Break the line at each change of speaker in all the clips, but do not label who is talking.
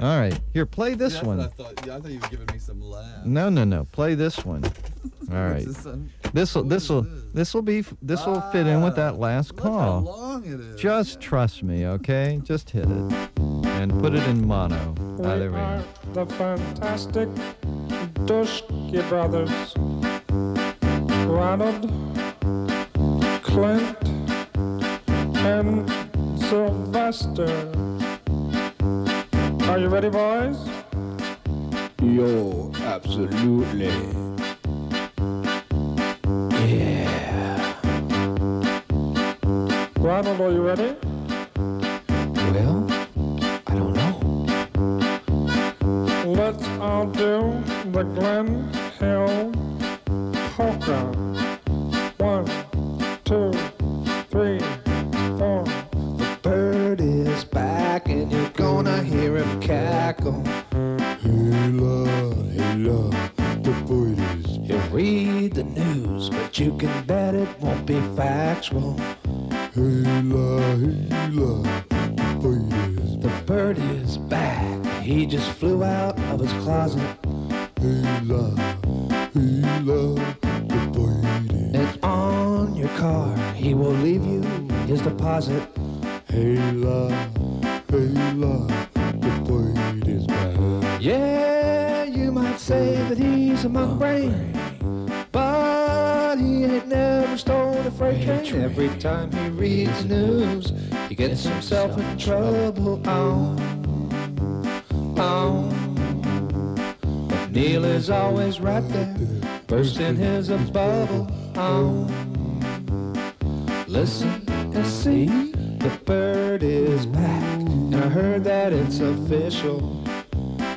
All right. Here, play this
That's
one.
What I thought. Yeah, I thought you were giving me some laughs.
No, no, no. Play this one. All right.
This one-
This will
What
this
is
will
this?
this will be this will fit in with that last
Look how
call.
long it is.
Just trust me, okay? Just hit it and put it in mono. Ah, there we
are
go.
the fantastic Dusky Brothers. Ronald, Clint, and Sylvester. Are you ready, boys?
Yo, absolutely.
Ronald, are you ready?
Well, I don't know.
Let's all do the Glen Hill polka. One, two, three, four.
The bird is back, and you're gonna hear him cackle. Hela, hela, the bird is. You read the news, but you can bet it won't be factual. Hela, hela, the bird is. The bird is back. He just flew out of his closet. Hela, hela, the bird is. And on your car, he will leave you his deposit. Hela, hela, the bird is back. Yeah, you might say that he's a monk brain, but he ain't never stolen a freight train. Every time he reads the news, he gets himself in trouble. On, on. But Neil is always right there, bursting his bubble. Oh. On. Listen and see, the bird is back, and I heard that it's official.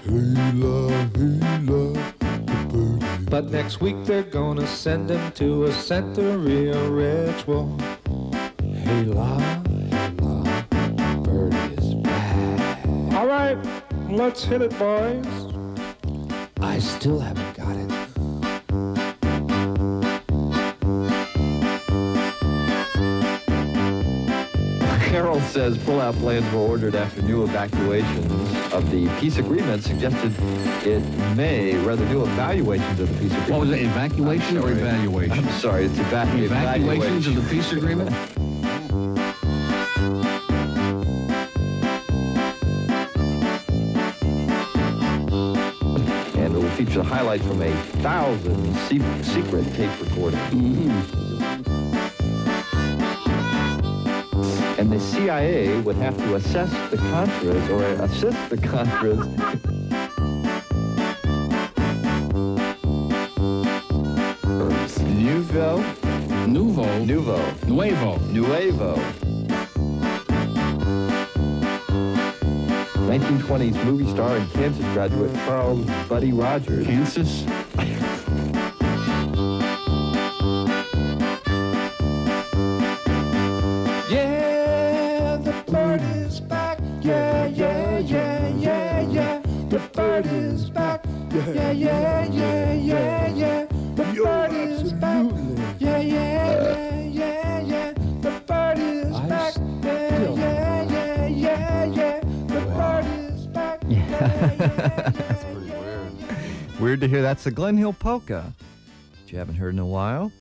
Hula, hula, the bird. But next week they're gonna send him to a century of ritual. Hula, hula, the bird is back.
All right, let's hit it, boys.
I still haven't got it.
Harold says pull-out plans were ordered after new evacuations of the peace agreement suggested it may, rather new evaluations of the peace agreement.
What was it, evacuation
I'm
or
sorry.
evaluation?
I'm sorry, it's eva-
Evacuations of
evaluation.
the peace agreement?
And it will feature highlights from a thousand se- secret tape recordings.
Mm-hmm.
And the CIA would have to assess the Contras or assist the Contras Nouveau,
Nouveau,
Nouveau,
Nuevo.
Nuevo. 1920s movie star and Kansas graduate Charles Buddy Rogers.
Kansas.
Yeah, the bird is back. Yeah, yeah, yeah, yeah, yeah. The bird is back. Yeah, yeah, yeah, yeah, yeah. The bird is back. Yeah, yeah, yeah, yeah. The bird is back. Yeah, yeah, yeah, yeah, yeah. The bird is back.
Pretty weird.
Weird to hear that's the Glen Hill polka. If you haven't heard in a while,